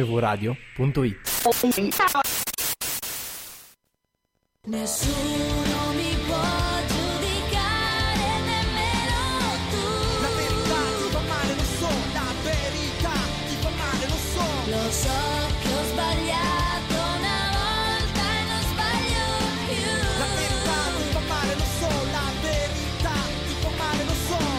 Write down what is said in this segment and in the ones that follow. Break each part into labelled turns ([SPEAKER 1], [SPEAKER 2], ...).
[SPEAKER 1] mvradio.it
[SPEAKER 2] Nessuno mi può giudicare, nemmeno tu.
[SPEAKER 3] La verità ti fa male, lo so, la verità ti fa male, lo so.
[SPEAKER 2] Lo so che ho sbagliato una volta e non sbaglio
[SPEAKER 3] La verità
[SPEAKER 2] più.
[SPEAKER 3] ti fa male, lo so, la verità ti fa male, lo so.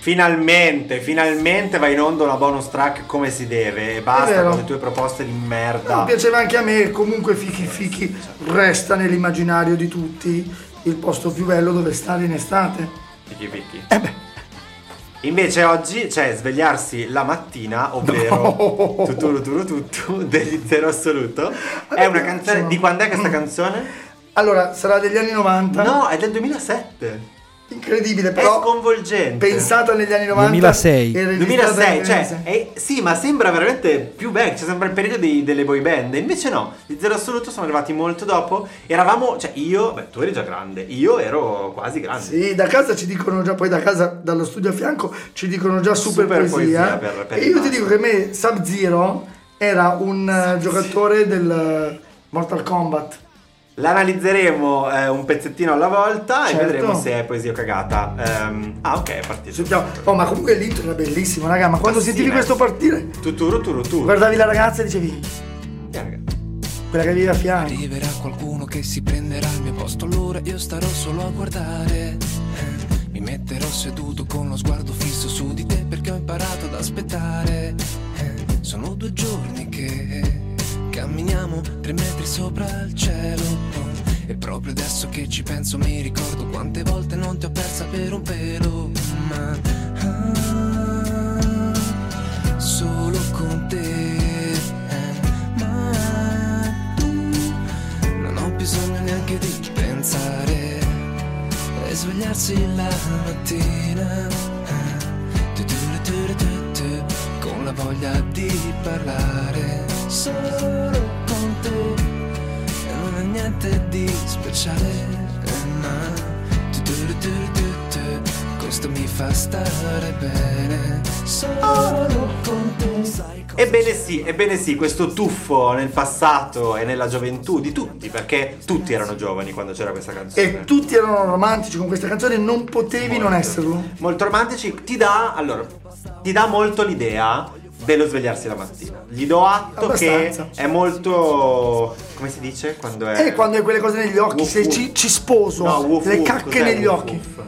[SPEAKER 4] Finalmente, finalmente va in onda una bonus track come si deve. E basta
[SPEAKER 5] vero.
[SPEAKER 4] con le tue proposte di merda.
[SPEAKER 5] Non piaceva anche a me, comunque Fichi Fichi resta nell'immaginario di tutti il posto più bello dove stare in estate. Eh
[SPEAKER 4] Picchi picchi. Invece oggi c'è svegliarsi la mattina, ovvero
[SPEAKER 5] No.
[SPEAKER 4] tuturu tuturu tuttu degli Zero Assoluto. È una canzone. Di quando è questa canzone?
[SPEAKER 5] Allora, sarà degli anni 90,
[SPEAKER 4] No, è del 2007.
[SPEAKER 5] incredibile,
[SPEAKER 4] È
[SPEAKER 5] però
[SPEAKER 4] sconvolgente.
[SPEAKER 5] pensata negli anni 90
[SPEAKER 1] 2006.
[SPEAKER 5] e registrata
[SPEAKER 4] 2006,
[SPEAKER 5] nel
[SPEAKER 4] cioè,
[SPEAKER 5] 2006.
[SPEAKER 4] è- sì, ma sembra veramente più vecchio, cioè sembra il periodo dei- delle boy band. Invece no, gli Zero Assoluto sono arrivati molto dopo. Eravamo, cioè io, beh, tu eri già grande, io ero quasi grande.
[SPEAKER 5] Sì, da casa ci dicono già, poi da casa, dallo studio a fianco, ci dicono già super,
[SPEAKER 4] Super poesia
[SPEAKER 5] poesia.
[SPEAKER 4] per- per
[SPEAKER 5] e io ti
[SPEAKER 4] immagini.
[SPEAKER 5] dico che a me Sub-Zero era un eh, giocatore del eh, Mortal Kombat.
[SPEAKER 4] L'analizzeremo eh, un pezzettino alla volta e
[SPEAKER 5] Certo.
[SPEAKER 4] vedremo se è poesia o cagata. Ehm, ah, ok, è partito.
[SPEAKER 5] Sentiamo- Oh, ma comunque l'intro era bellissimo, raga, ma quando
[SPEAKER 4] Ah, sì,
[SPEAKER 5] sentivi
[SPEAKER 4] beh.
[SPEAKER 5] questo partire,
[SPEAKER 4] Tuturu turu tu.
[SPEAKER 5] guardavi la ragazza e dicevi,
[SPEAKER 4] Eh, raga.
[SPEAKER 5] quella che avevi a fianco.
[SPEAKER 6] Arriverà qualcuno che si prenderà il mio posto, allora io starò solo a guardare. Eh, Mi metterò seduto con lo sguardo fisso su di te perché ho imparato ad aspettare. Eh, Sono due giorni che camminiamo tre metri sopra il cielo. E proprio adesso che ci penso mi ricordo quante volte non ti ho persa per un pelo. Ma ah, solo con te. eh, Ma tu non ho bisogno neanche di pensare e svegliarsi la mattina eh. tu, tu, tu, tu, tu, tu, con la voglia di parlare solo con te e non è niente di speciale ma tu, tu, tu, tu, tu, tu, questo mi fa stare bene solo con te sai cosa
[SPEAKER 4] Ebbene sì, ebbene sì, questo tuffo nel passato e nella gioventù di tutti, perché tutti erano giovani quando c'era questa canzone.
[SPEAKER 5] E tutti erano romantici con questa canzone, non potevi non esserlo.
[SPEAKER 4] Molto romantici, ti dà, allora, ti dà molto l'idea dello svegliarsi la mattina. Gli do atto
[SPEAKER 5] Abbastanza.
[SPEAKER 4] che è molto... come si dice? Quando è...
[SPEAKER 5] E quando hai quelle cose negli occhi,
[SPEAKER 4] Woof
[SPEAKER 5] se
[SPEAKER 4] woof.
[SPEAKER 5] Ci, ci sposo,
[SPEAKER 4] No, woof
[SPEAKER 5] le
[SPEAKER 4] woof,
[SPEAKER 5] cacche
[SPEAKER 4] cos'è
[SPEAKER 5] negli
[SPEAKER 4] woof
[SPEAKER 5] occhi.
[SPEAKER 4] woof?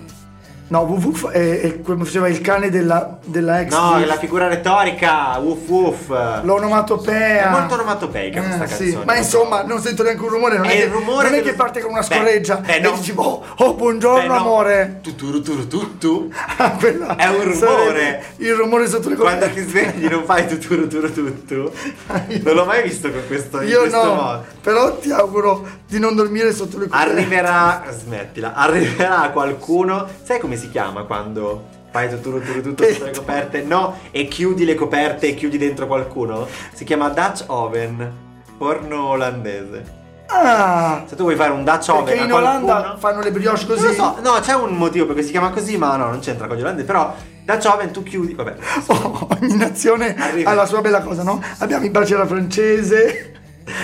[SPEAKER 5] No, Woof Woof è, è come faceva il cane della, della ex
[SPEAKER 4] No,
[SPEAKER 5] di-
[SPEAKER 4] è la figura retorica, woof woof.
[SPEAKER 5] l'onomatopea. Eh,
[SPEAKER 4] È molto onomatopeica questa
[SPEAKER 5] sì,
[SPEAKER 4] canzone.
[SPEAKER 5] Ma insomma, non sento neanche un rumore, non è,
[SPEAKER 4] È il
[SPEAKER 5] che,
[SPEAKER 4] rumore
[SPEAKER 5] non è
[SPEAKER 4] dello-
[SPEAKER 5] che parte con una
[SPEAKER 4] Beh,
[SPEAKER 5] scorreggia
[SPEAKER 4] beh,
[SPEAKER 5] e
[SPEAKER 4] no.
[SPEAKER 5] dici, oh, oh, buongiorno
[SPEAKER 4] Beh, no.
[SPEAKER 5] amore. Ah,
[SPEAKER 4] Tuturu turu tuttu.
[SPEAKER 5] Quella
[SPEAKER 4] È un rumore.
[SPEAKER 5] sarebbe Il rumore sotto le
[SPEAKER 4] Quando ti
[SPEAKER 5] cose.
[SPEAKER 4] svegli non fai tuturu turu tuttu.
[SPEAKER 5] Ah,
[SPEAKER 4] Non l'ho mai visto con questo, in
[SPEAKER 5] Io
[SPEAKER 4] questo
[SPEAKER 5] no,
[SPEAKER 4] modo.
[SPEAKER 5] però ti auguro di non dormire sotto le cose.
[SPEAKER 4] Arriverà, smettila, arriverà qualcuno, sai come si chiama quando fai tuturu tuturu tuttu tutte le coperte? No, e chiudi le coperte e chiudi dentro qualcuno? Si chiama Dutch Oven, porno olandese.
[SPEAKER 5] Ah,
[SPEAKER 4] Se tu vuoi fare un Dutch Oven
[SPEAKER 5] perché
[SPEAKER 4] a
[SPEAKER 5] in Olanda
[SPEAKER 4] qualcuno-
[SPEAKER 5] fanno le brioche così.
[SPEAKER 4] Non lo so, no, c'è un motivo per cui si chiama così, ma no, non c'entra con gli olandesi. Però da Joven tu chiudi. Vabbè.
[SPEAKER 5] Oh, ogni nazione
[SPEAKER 4] Arriva.
[SPEAKER 5] ha la sua bella cosa, no? Abbiamo il bacio alla francese,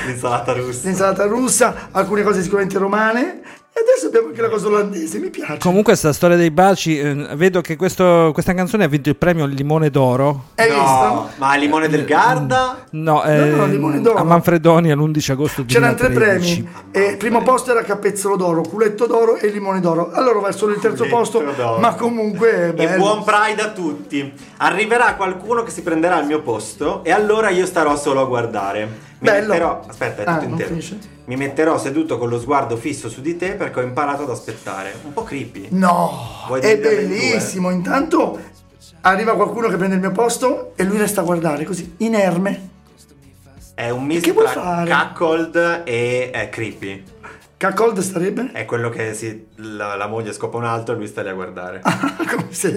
[SPEAKER 4] L'insalata russa.
[SPEAKER 5] l'insalata russa, alcune cose sicuramente romane e adesso abbiamo anche la cosa olandese, mi piace.
[SPEAKER 7] Comunque sta storia dei baci, eh, vedo che questo- questa canzone ha vinto il premio Limone d'Oro.
[SPEAKER 5] Hai
[SPEAKER 4] no,
[SPEAKER 5] visto? Mm,
[SPEAKER 4] ma al limone del Garda.
[SPEAKER 7] No,
[SPEAKER 5] no,
[SPEAKER 7] eh,
[SPEAKER 5] Limone d'Oro.
[SPEAKER 7] a Manfredoni all'11 agosto
[SPEAKER 5] C'erano tre
[SPEAKER 7] 2013.
[SPEAKER 5] premi. E il primo posto era capezzolo d'oro, culetto d'oro e limone d'oro. Allora va solo il terzo
[SPEAKER 4] Culetto
[SPEAKER 5] posto,
[SPEAKER 4] d'oro.
[SPEAKER 5] ma comunque è
[SPEAKER 4] E
[SPEAKER 5] bello.
[SPEAKER 4] buon pride a tutti. Arriverà qualcuno che si prenderà il mio posto e allora io starò solo a guardare. Mi
[SPEAKER 5] Bello.
[SPEAKER 4] metterò. Aspetta, è
[SPEAKER 5] Ah,
[SPEAKER 4] tutto
[SPEAKER 5] non
[SPEAKER 4] intero.
[SPEAKER 5] finisce?
[SPEAKER 4] Mi metterò seduto con lo sguardo fisso su di te perché ho imparato ad aspettare. Un po' creepy.
[SPEAKER 5] No,
[SPEAKER 4] Vuoi
[SPEAKER 5] è
[SPEAKER 4] dirne due?
[SPEAKER 5] bellissimo. Intanto arriva qualcuno che prende il mio posto e lui resta a guardare così, inerme.
[SPEAKER 4] È un mix
[SPEAKER 5] che vuoi
[SPEAKER 4] tra
[SPEAKER 5] fare?
[SPEAKER 4] cuckold e eh, creepy.
[SPEAKER 5] Cuckold starebbe?
[SPEAKER 4] È quello che si- la, la moglie scopa un altro e lui sta lì a guardare.
[SPEAKER 5] Ah, Come sei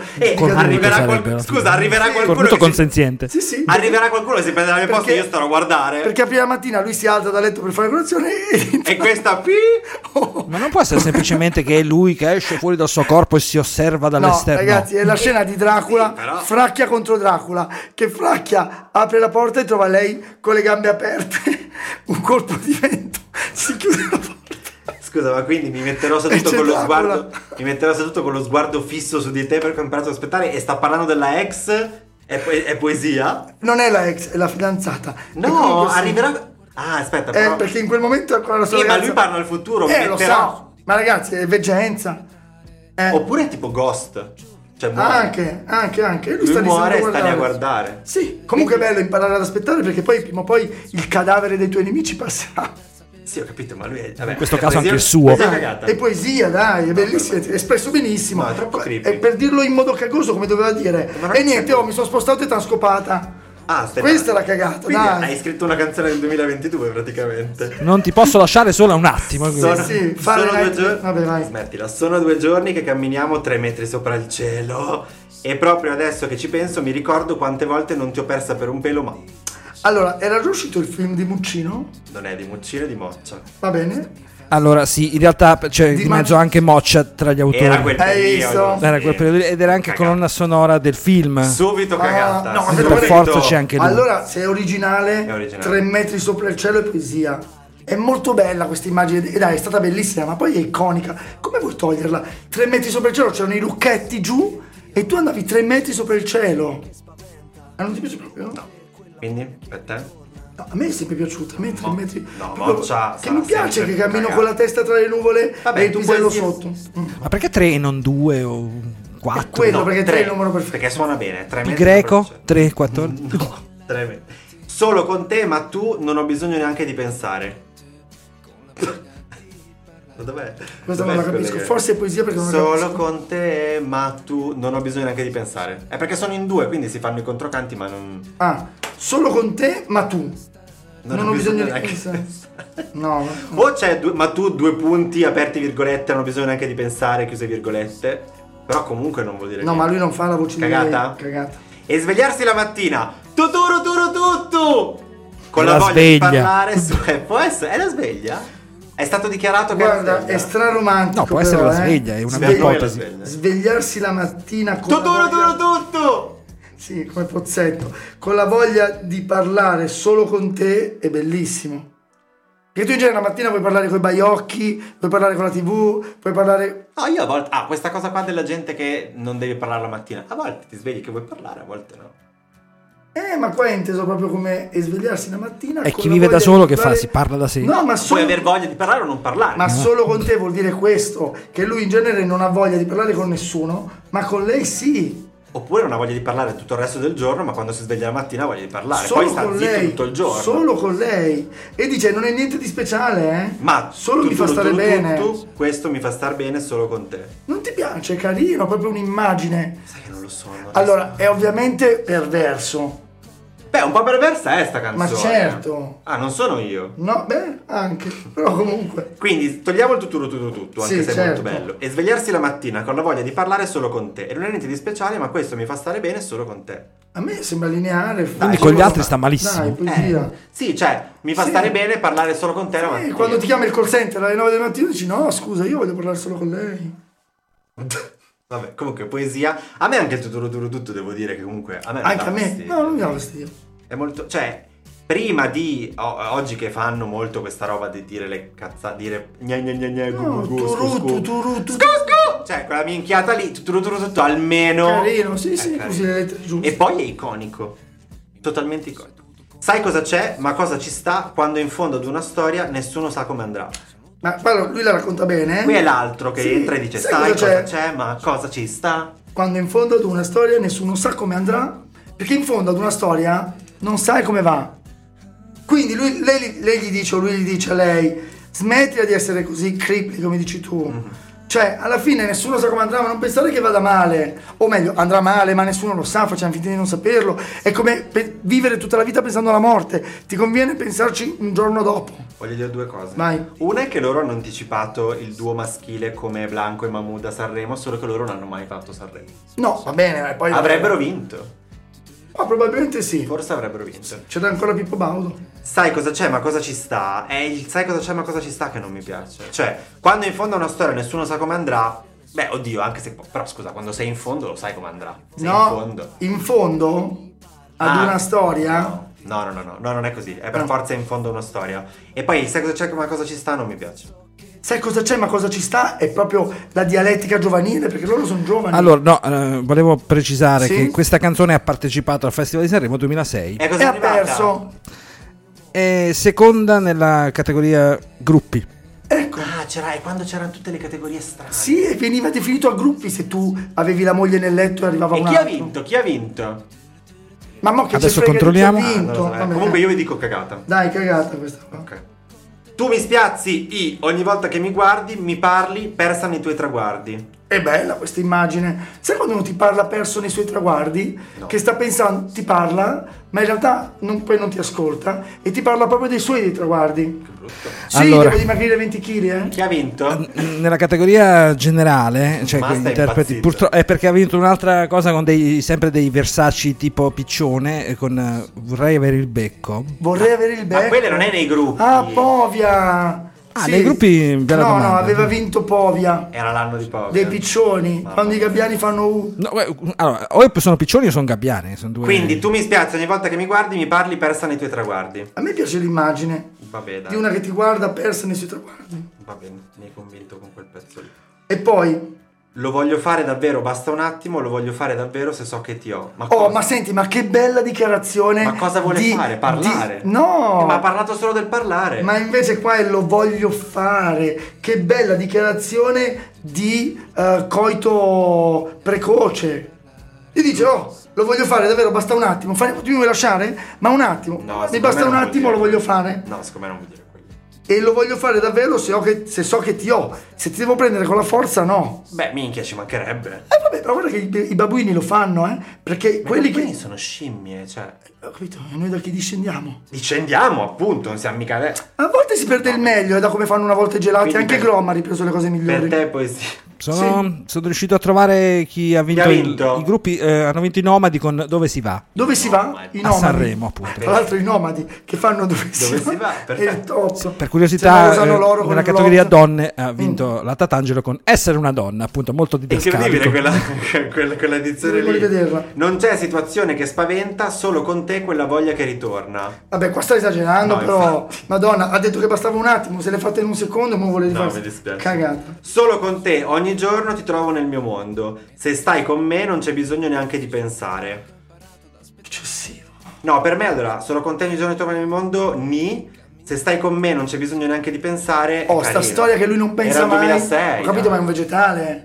[SPEAKER 4] Ecco. E
[SPEAKER 5] Dica
[SPEAKER 7] cornuto
[SPEAKER 5] dove-
[SPEAKER 4] arriverà,
[SPEAKER 7] sarebbe,
[SPEAKER 4] qual-
[SPEAKER 7] no?
[SPEAKER 4] scusa, arriverà qualcuno.
[SPEAKER 7] Cornuto
[SPEAKER 4] che si-
[SPEAKER 7] consenziente.
[SPEAKER 5] Sì, sì.
[SPEAKER 4] Arriverà qualcuno che si prenderà il posto e
[SPEAKER 5] Perché-
[SPEAKER 4] io starò a guardare.
[SPEAKER 5] Perché a prima mattina lui si alza da letto per fare colazione e...
[SPEAKER 4] E questa qui.
[SPEAKER 7] Ma non può essere semplicemente che è lui che esce fuori dal suo corpo e si osserva
[SPEAKER 5] No,
[SPEAKER 7] dall'esterno.
[SPEAKER 5] ragazzi, è la scena di Dracula,
[SPEAKER 4] Sì, però-
[SPEAKER 5] Fracchia contro Dracula, che Fracchia apre la porta e trova lei con le gambe aperte, un colpo di vento, si chiude la porta.
[SPEAKER 4] Scusa, ma quindi mi metterò
[SPEAKER 5] E
[SPEAKER 4] seduto
[SPEAKER 5] c'è
[SPEAKER 4] con lo
[SPEAKER 5] Dracula.
[SPEAKER 4] sguardo. Mi metterò seduto con lo sguardo fisso su di te perché ho imparato ad aspettare. E sta parlando della ex. È, po- è poesia?
[SPEAKER 5] Non è la ex, è la fidanzata. E
[SPEAKER 4] No,
[SPEAKER 5] comunque sì.
[SPEAKER 4] arriverà. Ah, aspetta,
[SPEAKER 5] Eh,
[SPEAKER 4] però.
[SPEAKER 5] perché in quel momento è ancora la sua
[SPEAKER 4] Sì, ma
[SPEAKER 5] ragazza.
[SPEAKER 4] lui parla al futuro,
[SPEAKER 5] Eh, lo
[SPEAKER 4] metterà-
[SPEAKER 5] so. Ma ragazzi, è veggenza. Eh,
[SPEAKER 4] Oppure è tipo ghost. Cioè, muore.
[SPEAKER 5] anche, anche, anche. E Lui,
[SPEAKER 4] Lui
[SPEAKER 5] Ah, sta lì sempre
[SPEAKER 4] muore e sta lì a guardare.
[SPEAKER 5] Sì, comunque è bello imparare ad aspettare perché poi prima o poi il cadavere dei tuoi nemici passerà.
[SPEAKER 4] Sì, ho capito, ma lui è. Vabbè,
[SPEAKER 7] In questo
[SPEAKER 4] è
[SPEAKER 7] caso anche
[SPEAKER 4] poesia-
[SPEAKER 7] il suo.
[SPEAKER 4] poesia cagata.
[SPEAKER 5] Esatto. È poesia, dai, è bellissima, è espresso benissimo.
[SPEAKER 4] No, è troppo creepy.
[SPEAKER 5] E per dirlo in modo cagoso come doveva dire.
[SPEAKER 4] Ma non
[SPEAKER 5] E
[SPEAKER 4] c'è-
[SPEAKER 5] niente, oh, mi sono spostato e t'han scopata.
[SPEAKER 4] Ah, stai-
[SPEAKER 5] Questa è la cagata,
[SPEAKER 4] Quindi
[SPEAKER 5] dai.
[SPEAKER 4] Hai scritto una canzone del 2022 praticamente.
[SPEAKER 7] Non ti posso lasciare sola un attimo.
[SPEAKER 5] Sono- sì, fare
[SPEAKER 4] sono
[SPEAKER 5] night-
[SPEAKER 4] due giorni.
[SPEAKER 5] vabbè, vai.
[SPEAKER 4] Smettila, sono due giorni che camminiamo tre metri sopra il cielo. E proprio adesso che ci penso mi ricordo quante volte non ti ho persa per un pelo, ma
[SPEAKER 5] Allora, era già uscito il film di Muccino?
[SPEAKER 4] non è di Muccino e di Moccia.
[SPEAKER 5] Va bene.
[SPEAKER 7] Allora, sì, in realtà c'è
[SPEAKER 5] Di
[SPEAKER 7] di mezzo
[SPEAKER 5] ma-
[SPEAKER 7] anche Moccia tra gli autori.
[SPEAKER 4] Era quel
[SPEAKER 5] Hai
[SPEAKER 4] periodo.
[SPEAKER 5] visto?
[SPEAKER 4] sì.
[SPEAKER 7] Era quel periodo lì, ed era anche
[SPEAKER 4] Cagata.
[SPEAKER 7] colonna sonora del film.
[SPEAKER 4] Subito
[SPEAKER 5] Ah,
[SPEAKER 4] cagata.
[SPEAKER 5] no,
[SPEAKER 4] subito.
[SPEAKER 5] per
[SPEAKER 7] forza c'è anche- lui.
[SPEAKER 5] Allora, se è originale,
[SPEAKER 4] È originale.
[SPEAKER 5] tre metri sopra il cielo è poesia. È molto bella questa immagine, e dai, è stata bellissima, ma poi è iconica. Come vuoi toglierla? Tre metri sopra il cielo c'erano i lucchetti giù e tu andavi tre metri sopra il cielo. Ma non ti piace proprio? No.
[SPEAKER 4] Quindi, aspetta.
[SPEAKER 5] No, a me è sempre piaciuta, a me tre
[SPEAKER 4] No,
[SPEAKER 5] metri.
[SPEAKER 4] no,
[SPEAKER 5] proprio-
[SPEAKER 4] Moccia
[SPEAKER 5] che
[SPEAKER 4] sarà
[SPEAKER 5] mi piace
[SPEAKER 4] sempre
[SPEAKER 5] che cammino
[SPEAKER 4] cagato.
[SPEAKER 5] con la testa tra le nuvole
[SPEAKER 4] Vabbè,
[SPEAKER 5] e il
[SPEAKER 4] tu
[SPEAKER 5] pisello
[SPEAKER 4] puoi-
[SPEAKER 5] sotto. Mm.
[SPEAKER 7] Ma perché tre e non due o
[SPEAKER 5] È
[SPEAKER 7] quattro?
[SPEAKER 5] quello perché tre è il numero perfetto.
[SPEAKER 4] Perché suona bene. Tre
[SPEAKER 7] Il
[SPEAKER 4] metri
[SPEAKER 7] greco?
[SPEAKER 4] sopra il cielo.
[SPEAKER 7] 3, 14?
[SPEAKER 4] No, tremendo. Solo con te, ma tu non ho bisogno neanche di pensare. Ma Dov'è?
[SPEAKER 5] Questa
[SPEAKER 4] Dov'è
[SPEAKER 5] non la capisco,
[SPEAKER 4] collega-
[SPEAKER 5] forse è poesia perché non la
[SPEAKER 4] Solo
[SPEAKER 5] capisco.
[SPEAKER 4] con te, ma tu non ho bisogno neanche di pensare. È perché sono in due, quindi si fanno i controcanti, ma non.
[SPEAKER 5] Ah, solo con te, ma tu. Non, ho bisogno, di
[SPEAKER 4] neanche
[SPEAKER 5] pensare. No, no.
[SPEAKER 4] O c'è due, ma tu due punti aperti virgolette, non ho bisogno neanche di pensare, chiuse virgolette. Però comunque non vuol dire
[SPEAKER 5] No,
[SPEAKER 4] niente.
[SPEAKER 5] ma lui non fa la voce
[SPEAKER 4] Cagata?
[SPEAKER 5] di lei. Cagata.
[SPEAKER 4] e svegliarsi la mattina tuturu turu tuttu con la,
[SPEAKER 7] La
[SPEAKER 4] voglia
[SPEAKER 7] sveglia.
[SPEAKER 4] di parlare su eh, può essere è la sveglia è stato dichiarato
[SPEAKER 5] Guarda,
[SPEAKER 4] che
[SPEAKER 5] è
[SPEAKER 4] è
[SPEAKER 5] straromantico.
[SPEAKER 7] No, può
[SPEAKER 5] però,
[SPEAKER 7] essere la
[SPEAKER 5] eh.
[SPEAKER 7] sveglia, è una
[SPEAKER 4] Sveglia.
[SPEAKER 7] mia
[SPEAKER 5] Sveglia-
[SPEAKER 7] ipotesi.
[SPEAKER 4] Sveglia.
[SPEAKER 5] Svegliarsi la mattina con
[SPEAKER 4] tuturu
[SPEAKER 5] la voglia...
[SPEAKER 4] turu tuttu
[SPEAKER 5] Sì, come pozzetto. Con la voglia di parlare solo con te è bellissimo. Perché tu in genere la mattina puoi parlare con i baiocchi, puoi parlare con la tv, puoi parlare...
[SPEAKER 4] no io a volte ah questa cosa qua della gente che non devi parlare la mattina a volte ti svegli che vuoi parlare a volte no
[SPEAKER 5] Eh, ma qua è inteso proprio come e svegliarsi la mattina...
[SPEAKER 7] E
[SPEAKER 5] con
[SPEAKER 7] chi
[SPEAKER 5] la
[SPEAKER 7] vive da
[SPEAKER 5] voglia
[SPEAKER 7] solo
[SPEAKER 5] di
[SPEAKER 7] che fa?
[SPEAKER 5] parlare-
[SPEAKER 7] Si parla da sé. Ah.
[SPEAKER 5] No, ma
[SPEAKER 4] puoi
[SPEAKER 5] solo...
[SPEAKER 4] aver voglia di parlare o non parlare
[SPEAKER 5] Ma solo con te vuol dire questo, che lui in genere non ha voglia di parlare con nessuno, ma con lei sì.
[SPEAKER 4] oppure non ha voglia di parlare tutto il resto del giorno ma quando si sveglia la mattina ha voglia di parlare
[SPEAKER 5] Solo
[SPEAKER 4] poi sta
[SPEAKER 5] con
[SPEAKER 4] zitto
[SPEAKER 5] lei,
[SPEAKER 4] tutto il giorno
[SPEAKER 5] Solo con lei. E dice non è niente di speciale, eh?
[SPEAKER 4] ma
[SPEAKER 5] solo mi fa
[SPEAKER 4] tuturu
[SPEAKER 5] stare
[SPEAKER 4] tuttu,
[SPEAKER 5] bene.
[SPEAKER 4] questo mi fa star bene solo con te
[SPEAKER 5] Non ti piace, è carino, è proprio un'immagine.
[SPEAKER 4] sai che non lo so non lo so.
[SPEAKER 5] Allora, è ovviamente perverso.
[SPEAKER 4] Beh, un po' perversa è sta canzone.
[SPEAKER 5] Ma certo.
[SPEAKER 4] Ah, non sono io.
[SPEAKER 5] No, beh, anche, però comunque.
[SPEAKER 4] Quindi togliamo il tuturo tutto tutto, anche
[SPEAKER 5] Sì,
[SPEAKER 4] se è molto
[SPEAKER 5] certo.
[SPEAKER 4] bello. E svegliarsi la mattina con la voglia di parlare solo con te. E non è niente di speciale, ma questo mi fa stare bene solo con te.
[SPEAKER 5] A me sembra lineare.
[SPEAKER 4] Dai,
[SPEAKER 5] Quindi
[SPEAKER 4] con gli
[SPEAKER 7] altri sta malissimo.
[SPEAKER 5] Dai, poesia.
[SPEAKER 4] Eh, Sì, cioè, mi fa
[SPEAKER 5] Sì.
[SPEAKER 4] stare bene parlare solo con te la
[SPEAKER 5] Eh,
[SPEAKER 4] mattina.
[SPEAKER 5] quando ti chiama il call center alle 9 del mattino dici no, scusa, io voglio parlare solo con lei.
[SPEAKER 4] Vabbè, comunque poesia. A me anche il tuturo tutto tutto devo dire che comunque a me non
[SPEAKER 5] Anche
[SPEAKER 4] dà
[SPEAKER 5] a me.
[SPEAKER 4] fastidio.
[SPEAKER 5] No, non mi dà fastidio.
[SPEAKER 4] È molto, cioè, prima di o- oggi che fanno molto questa roba di dire le cazzate, dire gna gna gna gna,
[SPEAKER 5] No,
[SPEAKER 4] gu, gu, gu, scu,
[SPEAKER 5] turu,
[SPEAKER 4] scu.
[SPEAKER 5] tu, turu, tu.
[SPEAKER 4] Cusco! Cioè, quella minchiata lì, tutto, tutto, tutto, almeno.
[SPEAKER 5] Carino, sì,
[SPEAKER 4] È
[SPEAKER 5] sì,
[SPEAKER 4] Eh, carino.
[SPEAKER 5] così le lettere giuste.
[SPEAKER 4] E poi è iconico. Totalmente iconico. Sai cosa c'è, ma cosa ci sta quando in fondo ad una storia nessuno sa come andrà.
[SPEAKER 5] Ma guarda, lui la racconta bene. eh?
[SPEAKER 4] Qui è l'altro che
[SPEAKER 5] Sì.
[SPEAKER 4] entra e dice: Sai cosa c'è? ma cosa ci sta?
[SPEAKER 5] Quando in fondo ad una storia nessuno sa come andrà, perché in fondo ad una storia non sai come va. Quindi lui- lei, lei gli dice o lui gli dice a lei, smettila di essere così creepy come dici tu. Cioè, alla fine nessuno sa come andrà, ma non pensare che vada male. O meglio, andrà male, ma nessuno lo sa, facciamo finta di non saperlo. È come pe- vivere tutta la vita pensando alla morte. Ti conviene pensarci un giorno dopo.
[SPEAKER 4] Voglio dire due cose.
[SPEAKER 5] Vai.
[SPEAKER 4] Una è che loro hanno anticipato il duo maschile come Blanco e Mahmood a Sanremo, solo che loro non hanno mai fatto Sanremo.
[SPEAKER 5] No, va bene, eh, poi...
[SPEAKER 4] Avrebbero vinto.
[SPEAKER 5] Ah, probabilmente sì.
[SPEAKER 4] Forse avrebbero vinto.
[SPEAKER 5] C'era ancora Pippo Baudo.
[SPEAKER 4] Sai cosa c'è, ma cosa ci sta? È il sai cosa c'è, ma cosa ci sta che non mi piace. Cioè, quando in fondo a una storia nessuno sa come andrà. Beh, oddio, anche se. Però scusa, quando sei in fondo lo sai come andrà. Sei
[SPEAKER 5] no,
[SPEAKER 4] in fondo.
[SPEAKER 5] in fondo, ad
[SPEAKER 4] Ah.
[SPEAKER 5] una storia...
[SPEAKER 4] No. No, no, no, no, no, non è così. È per
[SPEAKER 5] No.
[SPEAKER 4] forza in fondo una storia. E poi il sai cosa c'è, ma cosa ci sta non mi piace.
[SPEAKER 5] Sai cosa c'è, ma cosa ci sta? È proprio la dialettica giovanile, perché loro sono giovani.
[SPEAKER 7] Allora, no, eh, volevo precisare
[SPEAKER 5] Sì?
[SPEAKER 7] che questa canzone ha partecipato al Festival di Sanremo 2006.
[SPEAKER 4] E cosa
[SPEAKER 5] e
[SPEAKER 4] è
[SPEAKER 5] ha
[SPEAKER 4] arrivata?
[SPEAKER 5] perso.
[SPEAKER 7] È seconda nella categoria gruppi.
[SPEAKER 5] Ecco.
[SPEAKER 4] Ah, c'era, è quando c'erano tutte le categorie strane.
[SPEAKER 5] Sì, e veniva definito a gruppi se tu avevi la moglie nel letto e arrivava
[SPEAKER 4] E
[SPEAKER 5] un
[SPEAKER 4] chi ha
[SPEAKER 5] altro.
[SPEAKER 4] vinto? Chi ha vinto?
[SPEAKER 5] Ma mo che
[SPEAKER 7] Adesso
[SPEAKER 5] ci frega di
[SPEAKER 7] controlliamo.
[SPEAKER 5] Chi ha
[SPEAKER 4] Ah, non
[SPEAKER 5] vinto?
[SPEAKER 4] lo so, eh.
[SPEAKER 5] Vabbè.
[SPEAKER 4] Comunque io vi dico cagata.
[SPEAKER 5] Dai, cagata questa qua.
[SPEAKER 4] Ok. Tu mi spiazzi i ogni volta che mi guardi, mi parli, persano i tuoi traguardi.
[SPEAKER 5] È bella questa immagine. Sai quando uno ti parla perso nei suoi traguardi?
[SPEAKER 4] No.
[SPEAKER 5] Che sta pensando, ti parla, ma in realtà non- poi non ti ascolta e ti parla proprio dei suoi dei traguardi. Che brutto. Sì,
[SPEAKER 7] Allora.
[SPEAKER 5] devo dimagrire 20 kg, eh?
[SPEAKER 4] Chi ha vinto?
[SPEAKER 7] Nella categoria generale, cioè
[SPEAKER 4] Basta,
[SPEAKER 7] quegli
[SPEAKER 4] è
[SPEAKER 7] interpreti,
[SPEAKER 4] impazzito.
[SPEAKER 7] purtroppo è perché ha vinto un'altra cosa con dei, sempre dei versacci tipo piccione, eh, con eh, vorrei avere il becco.
[SPEAKER 5] Vorrei avere il
[SPEAKER 4] Ma
[SPEAKER 5] becco.
[SPEAKER 4] quelle Ah, non è nei gruppi.
[SPEAKER 5] Ah, Povia!
[SPEAKER 7] Ah, nei gruppi, bella
[SPEAKER 5] No, no,
[SPEAKER 7] domanda.
[SPEAKER 5] aveva vinto Povia.
[SPEAKER 4] Era l'anno di Povia. Ah.
[SPEAKER 5] Dei piccioni.
[SPEAKER 4] Mamma
[SPEAKER 5] Quando i
[SPEAKER 4] mia.
[SPEAKER 5] gabbiani fanno U.
[SPEAKER 7] No, eh, allora, o sono piccioni o sono gabbiani, sono due.
[SPEAKER 4] Quindi tu mi spiazzi ogni volta che mi guardi, mi parli, persano i tuoi traguardi.
[SPEAKER 5] A me piace l'immagine
[SPEAKER 4] Vabbè, dai.
[SPEAKER 5] di una che ti guarda persa nei suoi traguardi.
[SPEAKER 4] Va bene, mi hai convinto con quel pezzo lì.
[SPEAKER 5] E poi,
[SPEAKER 4] Lo voglio fare davvero, basta un attimo, lo voglio fare davvero se so che ti ho. Ma
[SPEAKER 5] oh,
[SPEAKER 4] cosa-
[SPEAKER 5] ma senti, ma che bella dichiarazione!
[SPEAKER 4] ma cosa vuole
[SPEAKER 5] di-
[SPEAKER 4] fare? Parlare?
[SPEAKER 5] di- no!
[SPEAKER 4] Eh, Ma ha parlato solo del parlare.
[SPEAKER 5] Ma invece qua è lo voglio fare. Che bella dichiarazione di eh, coito precoce. Gli dice, oh, lo voglio fare davvero, basta un attimo. Fai, tu mi vuoi lasciare? Ma un attimo. mi
[SPEAKER 4] secondo me
[SPEAKER 5] basta
[SPEAKER 4] non
[SPEAKER 5] un
[SPEAKER 4] vuol
[SPEAKER 5] attimo,
[SPEAKER 4] dire
[SPEAKER 5] lo voglio
[SPEAKER 4] quello.
[SPEAKER 5] fare.
[SPEAKER 4] No, secondo me non vuol dire quello.
[SPEAKER 5] E lo voglio fare davvero se, ho che- se so che ti ho. Se ti devo prendere con la forza, no.
[SPEAKER 4] Beh, minchia, ci mancherebbe.
[SPEAKER 5] Eh vabbè, però guarda che i, i babuini lo fanno, eh. Perché
[SPEAKER 4] Ma
[SPEAKER 5] quelli
[SPEAKER 4] quelli
[SPEAKER 5] che...
[SPEAKER 4] sono scimmie, cioè.
[SPEAKER 5] Ho capito, e noi da chi discendiamo?
[SPEAKER 4] Discendiamo, appunto, non siamo mica. de-
[SPEAKER 5] A volte si perde il meglio, è da come fanno una volta i gelati.
[SPEAKER 4] Quindi
[SPEAKER 5] Anche
[SPEAKER 4] per-
[SPEAKER 5] Grom ha ripreso le cose migliori.
[SPEAKER 4] Per te poesia.
[SPEAKER 7] sono, sono riuscito a trovare chi ha vinto,
[SPEAKER 4] ha
[SPEAKER 7] il-
[SPEAKER 4] vinto?
[SPEAKER 7] i gruppi, eh, hanno vinto i nomadi con Dove si va?
[SPEAKER 5] Dove si va? I
[SPEAKER 7] A
[SPEAKER 5] nomadi.
[SPEAKER 7] Sanremo, appunto.
[SPEAKER 5] Tra l'altro i nomadi che fanno dove,
[SPEAKER 4] Dove si va,
[SPEAKER 5] È
[SPEAKER 4] perfetto.
[SPEAKER 5] il top.
[SPEAKER 7] Per
[SPEAKER 5] Se
[SPEAKER 7] curiosità,
[SPEAKER 5] la usano
[SPEAKER 7] eh,
[SPEAKER 5] loro con
[SPEAKER 7] nella
[SPEAKER 5] il Mm.
[SPEAKER 7] categoria
[SPEAKER 5] blog.
[SPEAKER 7] donne ha vinto la Tatangelo con Essere una donna, appunto molto
[SPEAKER 4] È incredibile
[SPEAKER 7] didascalico.
[SPEAKER 4] quella, cioè, quella, quella edizione
[SPEAKER 5] Devo
[SPEAKER 4] lì.
[SPEAKER 5] rivederla.
[SPEAKER 4] Non c'è situazione che spaventa, solo con te quella voglia che ritorna.
[SPEAKER 5] Vabbè, qua sta esagerando,
[SPEAKER 4] No,
[SPEAKER 5] però. Madonna, ha detto che bastava un attimo, se l'è fatta in un secondo e non vuole
[SPEAKER 4] No,
[SPEAKER 5] rifarsi.
[SPEAKER 4] mi dispiace.
[SPEAKER 5] Cagata.
[SPEAKER 4] Solo con te ogni giorno ti trovo nel mio mondo. Se stai con me non c'è bisogno neanche di pensare.
[SPEAKER 5] Eccessivo.
[SPEAKER 4] No, per me allora, solo con te ogni giorno ti trovo nel mio mondo, ni. Se stai con me non c'è bisogno neanche di pensare. è
[SPEAKER 5] Oh, sta
[SPEAKER 4] carino.
[SPEAKER 5] storia che lui non pensa
[SPEAKER 4] Era il
[SPEAKER 5] mai.
[SPEAKER 4] 2006,
[SPEAKER 5] Ho capito,
[SPEAKER 4] no?
[SPEAKER 5] ma è un vegetale.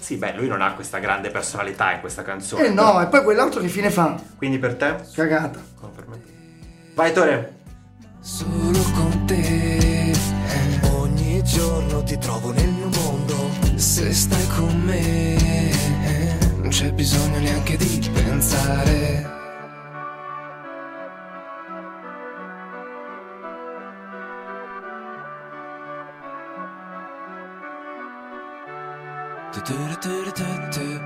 [SPEAKER 4] Sì, beh, lui non ha questa grande personalità in questa canzone.
[SPEAKER 5] Eh no, e poi quell'altro che fine fa?
[SPEAKER 4] Quindi per te?
[SPEAKER 5] Cagata.
[SPEAKER 4] No, per me. Vai Tore.
[SPEAKER 6] Solo con te
[SPEAKER 3] Ogni giorno ti trovo nel mio mondo.
[SPEAKER 6] Se stai con me Non c'è bisogno neanche di pensare Tu-tu-ru-tu-ru-tu-tu.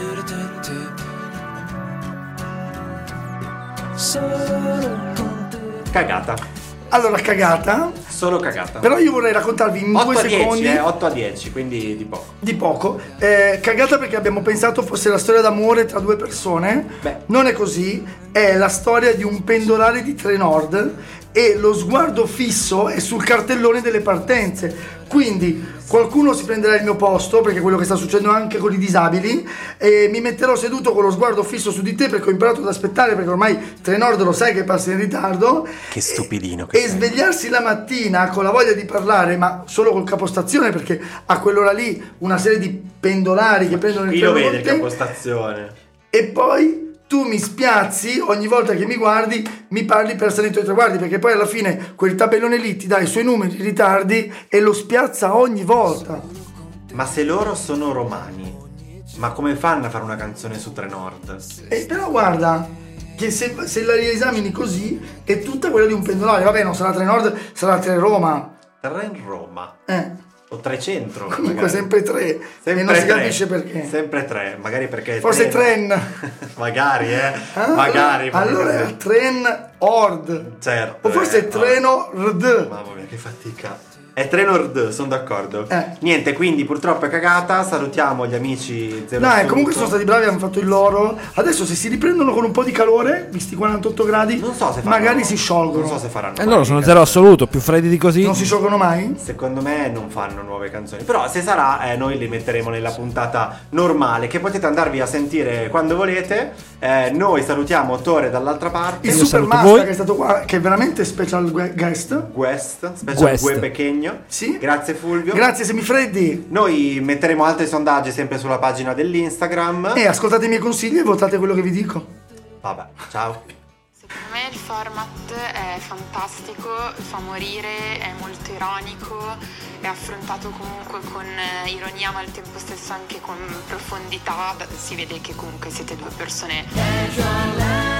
[SPEAKER 6] Tu-tu-ru-tu-ru-tu-tu. Solo con te
[SPEAKER 4] Cagata.
[SPEAKER 5] Allora, cagata.
[SPEAKER 4] Solo cagata.
[SPEAKER 5] Però io vorrei raccontarvi in
[SPEAKER 4] 8
[SPEAKER 5] due
[SPEAKER 4] a 10,
[SPEAKER 5] secondi.
[SPEAKER 4] eh, 8 a 10, quindi di poco.
[SPEAKER 5] di poco. Eh, cagata perché abbiamo pensato fosse la storia d'amore tra due persone.
[SPEAKER 4] Beh.
[SPEAKER 5] Non è così, è la storia di un pendolare di Trenord e lo sguardo fisso è sul cartellone delle partenze. Quindi qualcuno si prenderà il mio posto, perché è quello che sta succedendo anche con i disabili, e mi metterò seduto con lo sguardo fisso su di te perché ho imparato ad aspettare, perché ormai Trenord lo sai che passa in ritardo.
[SPEAKER 4] Che stupidino che
[SPEAKER 5] E svegliarsi la mattina con la voglia di parlare, ma solo col capostazione, perché a quell'ora lì una serie di pendolari che prendono il
[SPEAKER 4] Qui lo
[SPEAKER 5] treno
[SPEAKER 4] vede
[SPEAKER 5] con
[SPEAKER 4] il
[SPEAKER 5] te,
[SPEAKER 4] capostazione.
[SPEAKER 5] e poi tu mi spiazzi ogni volta che mi guardi, mi parli per salire i tuoi traguardi, perché poi alla fine quel tabellone lì ti dà i suoi numeri, i ritardi e lo spiazza ogni volta.
[SPEAKER 4] Ma se loro sono romani, ma come fanno a fare una canzone su Tre Nord?
[SPEAKER 5] E però guarda che se, se la riesamini così è tutta quella di un pendolare, vabbè non sarà Tre Nord, sarà Tre Roma,
[SPEAKER 4] Tre in Roma.
[SPEAKER 5] eh,
[SPEAKER 4] O tre centro.
[SPEAKER 5] comunque
[SPEAKER 4] magari.
[SPEAKER 5] sempre tre
[SPEAKER 4] Eh, Sempre
[SPEAKER 5] e non si
[SPEAKER 4] tre.
[SPEAKER 5] capisce perché.
[SPEAKER 4] Sempre tre, magari perché. è
[SPEAKER 5] Forse
[SPEAKER 4] tre.
[SPEAKER 5] Tren.
[SPEAKER 4] magari, eh.
[SPEAKER 5] Ah,
[SPEAKER 4] magari.
[SPEAKER 5] Allora era Tren Ord.
[SPEAKER 4] Certo,
[SPEAKER 5] O forse
[SPEAKER 4] eh,
[SPEAKER 5] Treno Rd.
[SPEAKER 4] Mamma mia, che fatica. È tre Nord, sono d'accordo.
[SPEAKER 5] Eh.
[SPEAKER 4] Niente, quindi purtroppo è cagata. Salutiamo gli amici zero.
[SPEAKER 5] Dai,
[SPEAKER 4] assoluto.
[SPEAKER 5] eh, comunque sono stati bravi, hanno fatto il loro. Adesso se si riprendono con un po' di calore, visti 48 gradi,
[SPEAKER 4] Non so se faranno-
[SPEAKER 5] magari si sciolgono.
[SPEAKER 4] Non so se faranno.
[SPEAKER 7] E Eh, loro
[SPEAKER 4] mai
[SPEAKER 7] sono
[SPEAKER 4] dei
[SPEAKER 7] zero
[SPEAKER 4] canzoni.
[SPEAKER 7] assoluto, più freddi di così.
[SPEAKER 5] Non si sciolgono mai?
[SPEAKER 4] Secondo me non fanno nuove canzoni, però se sarà eh, noi le metteremo nella puntata normale che potete andarvi a sentire quando volete. Eh, noi salutiamo Tore dall'altra parte.
[SPEAKER 5] Il
[SPEAKER 7] Io
[SPEAKER 5] Super
[SPEAKER 7] saluto
[SPEAKER 5] Master
[SPEAKER 7] voi.
[SPEAKER 5] che è stato qua, che è veramente special gue- guest.
[SPEAKER 4] Guest, special
[SPEAKER 7] Guest.
[SPEAKER 4] Gue Pechegno.
[SPEAKER 5] Sì.
[SPEAKER 4] Grazie Fulvio.
[SPEAKER 5] Grazie semifreddi.
[SPEAKER 4] Noi metteremo altri sondaggi sempre sulla pagina dell'Instagram.
[SPEAKER 5] E Eh, ascoltate i miei consigli e votate quello che vi dico.
[SPEAKER 4] Vabbè, ciao.
[SPEAKER 1] Secondo me il format è fantastico, fa morire, è molto ironico, è affrontato comunque con eh, ironia ma al tempo stesso anche con profondità, si vede che comunque siete due persone